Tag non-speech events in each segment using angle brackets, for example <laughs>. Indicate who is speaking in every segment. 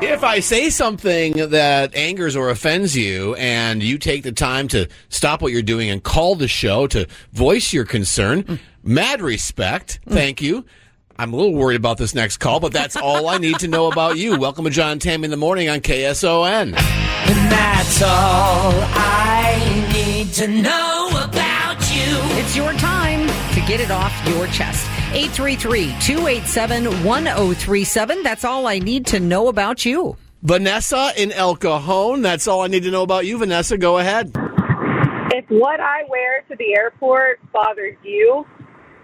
Speaker 1: If I say something that angers or offends you, and you take the time to stop what you're doing and call the show to voice your concern, mad respect. Thank you. I'm a little worried about this next call, but that's all I need to know about you. Welcome to John and Tammy in the morning on KSON.
Speaker 2: And that's all I need to know about you.
Speaker 3: It's your time to get it off your chest. 833-287-1037. That's all I need to know about you.
Speaker 1: Vanessa in El Cajon. That's all I need to know about you, Vanessa. Go ahead.
Speaker 4: If what I wear to the airport bothers you,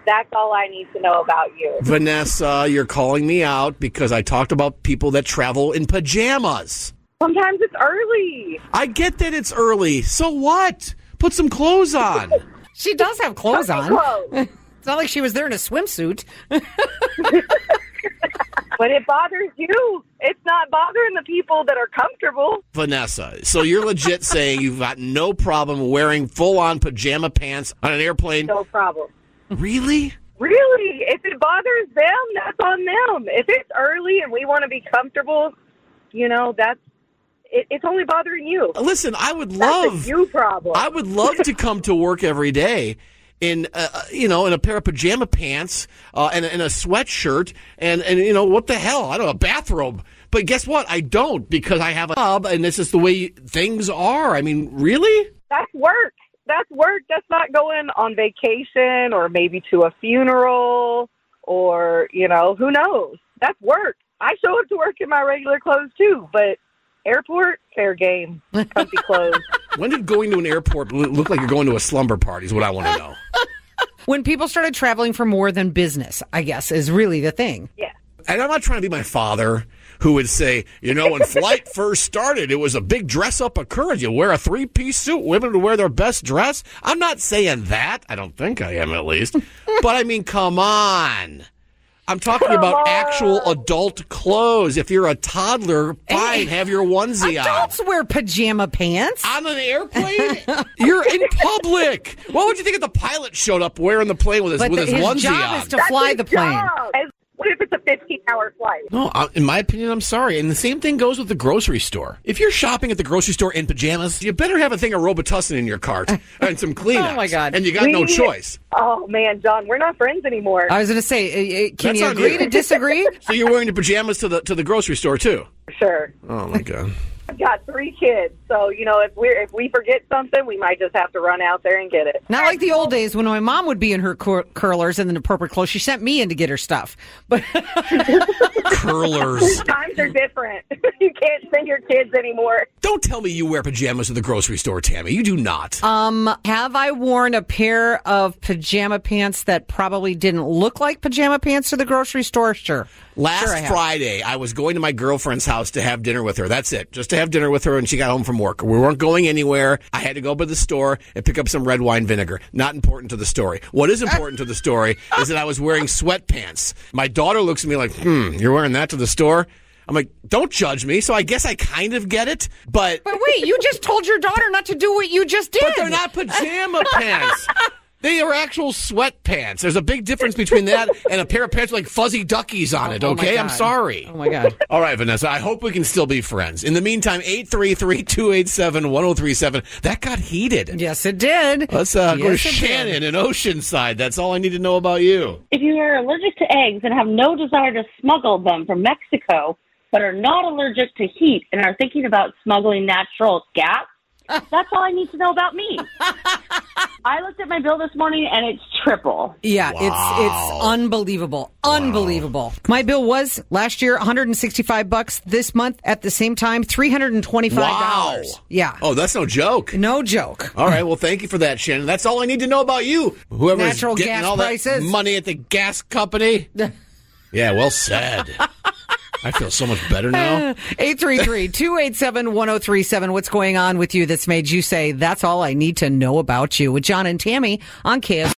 Speaker 4: that's all I need to know about you.
Speaker 1: Vanessa, you're calling me out because I talked about people that travel in pajamas.
Speaker 4: Sometimes it's
Speaker 1: <laughs>
Speaker 4: early.
Speaker 1: I get that it's early. So what? Put some clothes on.
Speaker 3: She does have clothes on.
Speaker 4: Close.
Speaker 3: It's not like she was there in a swimsuit.
Speaker 4: but it bothers you. It's not bothering the people that are comfortable.
Speaker 1: <laughs> Vanessa, so you're legit saying you've got no problem wearing full on pajama pants on an airplane?
Speaker 4: No problem.
Speaker 1: Really?
Speaker 4: Really, if it bothers them, that's on them. If it's early and we want to be comfortable, you know, that's it, it's only bothering you.
Speaker 1: Listen, I would
Speaker 4: That's
Speaker 1: love
Speaker 4: a you problem.
Speaker 1: I would love to come to work every day in uh, you know in a pair of pajama pants uh, and, and a sweatshirt and and you know what the hell I don't know a bathrobe. But guess what? I don't because I have a job and this is the way things are. I mean, really?
Speaker 4: that's work. That's work. That's not going on vacation or maybe to a funeral or, you know, who knows? That's work. I show up to work in my regular clothes too, but airport, fair game.
Speaker 3: <laughs>
Speaker 4: Comfy clothes.
Speaker 1: When did going to an airport lo- look like you're going to a slumber party? Is what I want to know.
Speaker 3: when people started traveling for more than business, I guess, is really the thing.
Speaker 4: Yeah.
Speaker 1: And I'm not trying to be my father who would say, you know, when flight first started, it was a big dress up occurrence. You wear a three piece suit, women would wear their best dress. I'm not saying that. I don't think I am, at least. but I mean, come on. I'm talking about
Speaker 4: on.
Speaker 1: actual adult clothes. If you're a toddler, fine, have your onesie on.
Speaker 3: Adults wear pajama pants.
Speaker 1: On an
Speaker 3: <laughs>
Speaker 1: airplane, you're in public. What would you think if the pilot showed up wearing the plane with his,
Speaker 3: but
Speaker 1: with
Speaker 3: the-
Speaker 1: his, onesie
Speaker 3: his job
Speaker 1: on?
Speaker 3: is to fly the
Speaker 4: Good
Speaker 3: plane.
Speaker 4: job. As- What if it's a 15 hour flight?
Speaker 1: No, I, in my opinion, I'm sorry. And the same thing goes with the grocery store. If you're shopping at the grocery store in pajamas, you better have a thing of Robitussin in your
Speaker 3: <laughs>
Speaker 1: cart and some Kleenex.
Speaker 3: Oh, my God.
Speaker 1: And you got no
Speaker 4: We-
Speaker 1: choice.
Speaker 4: Oh, man, John, we're not friends anymore.
Speaker 3: I was going to say, uh, uh, can
Speaker 1: That's
Speaker 3: you
Speaker 1: on
Speaker 3: agree
Speaker 1: you.
Speaker 3: to <laughs> disagree?
Speaker 1: So you're wearing your pajamas to the to the grocery store too.
Speaker 4: for sure.
Speaker 1: Oh my
Speaker 3: <laughs>
Speaker 1: god.
Speaker 4: I've got three kids, so, you know, if, we're, if we forget something, we might just have to run out there and get it.
Speaker 3: Not like the old days when my mom would be in her cur- curlers and the appropriate clothes. She sent me in to get her stuff. But
Speaker 1: Curlers.
Speaker 4: Times are different. <laughs> you can't send your kids anymore.
Speaker 1: Don't tell me you wear pajamas to the grocery store, Tammy. You do not.
Speaker 3: have I worn a pair of pajama pants that probably didn't look like pajama pants to the grocery store? Sure.
Speaker 1: Last
Speaker 3: sure I have.
Speaker 1: Friday, I was going to my girlfriend's house to have dinner with her. That's it. Just to have dinner with her, and she got home from work. We weren't going anywhere. I had to go to the store and pick up some red wine vinegar. Not important to the story. What is important to the story is that I was wearing sweatpants. My daughter looks at me like, hmm, you're wearing that to the store? I'm like, don't judge me. So I guess I kind of get it, but,
Speaker 3: But wait, you just told your daughter not to do what you just did.
Speaker 1: but they're
Speaker 3: <laughs>
Speaker 1: not <laughs> pajama pants. They are actual sweatpants. There's a big difference between that and a pair of pants with like fuzzy duckies on it,
Speaker 3: Oh my
Speaker 1: okay? I'm
Speaker 3: God.
Speaker 1: sorry.
Speaker 3: Oh my God.
Speaker 1: All right, Vanessa, I hope we can still be friends. In the meantime, 833 287 1037. That got heated.
Speaker 3: Yes, it did.
Speaker 1: Let's uh, go to
Speaker 3: Yes, it did.
Speaker 1: Shannon in Oceanside. That's all I need to know about you.
Speaker 5: If you are allergic to eggs and have no desire to smuggle them from Mexico, but are not allergic to heat and are thinking about smuggling natural gas, that's all I need to know about me. I looked at my bill this morning and it's triple.
Speaker 3: Yeah, it's it's unbelievable, unbelievable. My bill was last year 165 bucks. This month at the same time 325
Speaker 1: Wow.
Speaker 3: dollars. Yeah,
Speaker 1: Oh, that's no joke.
Speaker 3: no joke.
Speaker 1: All right, well, thank you for that, Shannon. That's all I need to know about you. Whoever's
Speaker 3: Natural
Speaker 1: getting
Speaker 3: gas
Speaker 1: all that
Speaker 3: prices.
Speaker 1: money at the gas company.
Speaker 3: <laughs>
Speaker 1: yeah, well said. I feel so much better
Speaker 3: <laughs>
Speaker 1: now.
Speaker 3: 833-287-1037. What's going on with you that's made you say that's all I need to know about you with John and Tammy on KS.